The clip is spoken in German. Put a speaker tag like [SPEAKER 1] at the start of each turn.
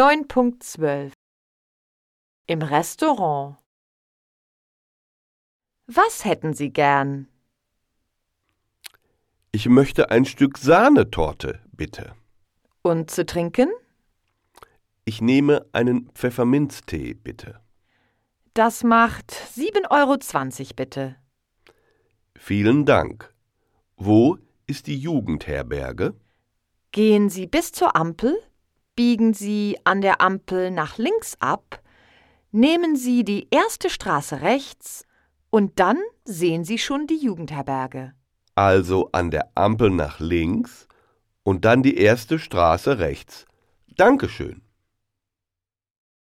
[SPEAKER 1] 9.12 Im Restaurant Was hätten Sie gern?
[SPEAKER 2] Ich möchte ein Stück Sahnetorte, bitte.
[SPEAKER 1] Und zu trinken?
[SPEAKER 2] Ich nehme einen Pfefferminztee, bitte.
[SPEAKER 1] Das macht 7,20 Euro bitte.
[SPEAKER 2] Vielen Dank. Wo ist die Jugendherberge?
[SPEAKER 1] Gehen Sie bis zur Ampel, biegen Sie an der Ampel nach links ab, nehmen Sie die erste Straße rechts und dann sehen Sie schon die Jugendherberge.
[SPEAKER 2] Also an der Ampel nach links und dann die erste Straße rechts. Dankeschön.